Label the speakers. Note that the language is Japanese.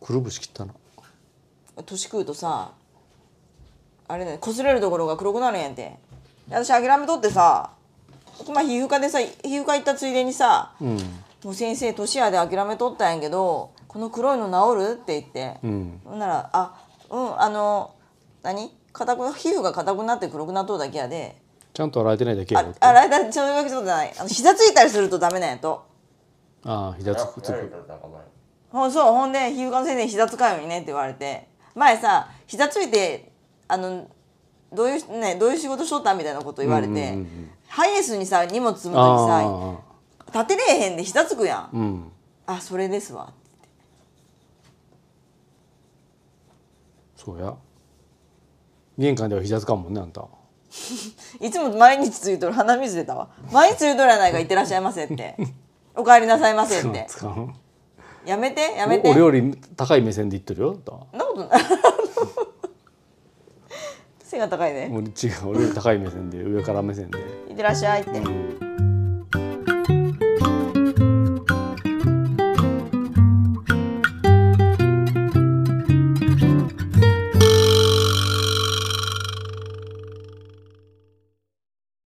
Speaker 1: くるぶし切ったな
Speaker 2: 年食うとさあれね擦れるところが黒くなるんやんてで私諦めとってさ今皮膚科でさ皮膚科行ったついでにさ、もう先生年やで諦めとったんやけどこの黒いの治るって言って、ほんなら「あうんあの何硬く皮膚が硬くなって黒くなっとるだけやで
Speaker 1: ちゃんと洗えてないだけやろ
Speaker 2: あ洗いたそういうわけじゃないあの膝ついたりするとダメなんやと。
Speaker 1: ああ膝つくつ
Speaker 3: やられ
Speaker 1: く
Speaker 3: たらなんか前
Speaker 2: ほんそうほんで皮膚科の先生に膝つかんようにねって言われて前さ膝ついてあのどういうねどういう仕事しとったみたいなこと言われて、ハイエースにさ荷物積むときさ
Speaker 1: あ
Speaker 2: 立てれえへんで膝つくやん、
Speaker 1: あうん
Speaker 2: あそれですわ
Speaker 1: そうや玄関では膝つかんもんねあんた
Speaker 2: いつも毎日ついとる鼻水出たわ毎日ついとるやないかいってらっしゃいませってお帰りなさいませって
Speaker 1: つかん
Speaker 2: やめてやめ
Speaker 1: お
Speaker 2: て
Speaker 1: お料理高い目線で言ってるよあんた
Speaker 2: そんなことない背が高いね
Speaker 1: 俺違う俺より高い目線で上から目線で
Speaker 2: いってらっしゃいって。
Speaker 1: うん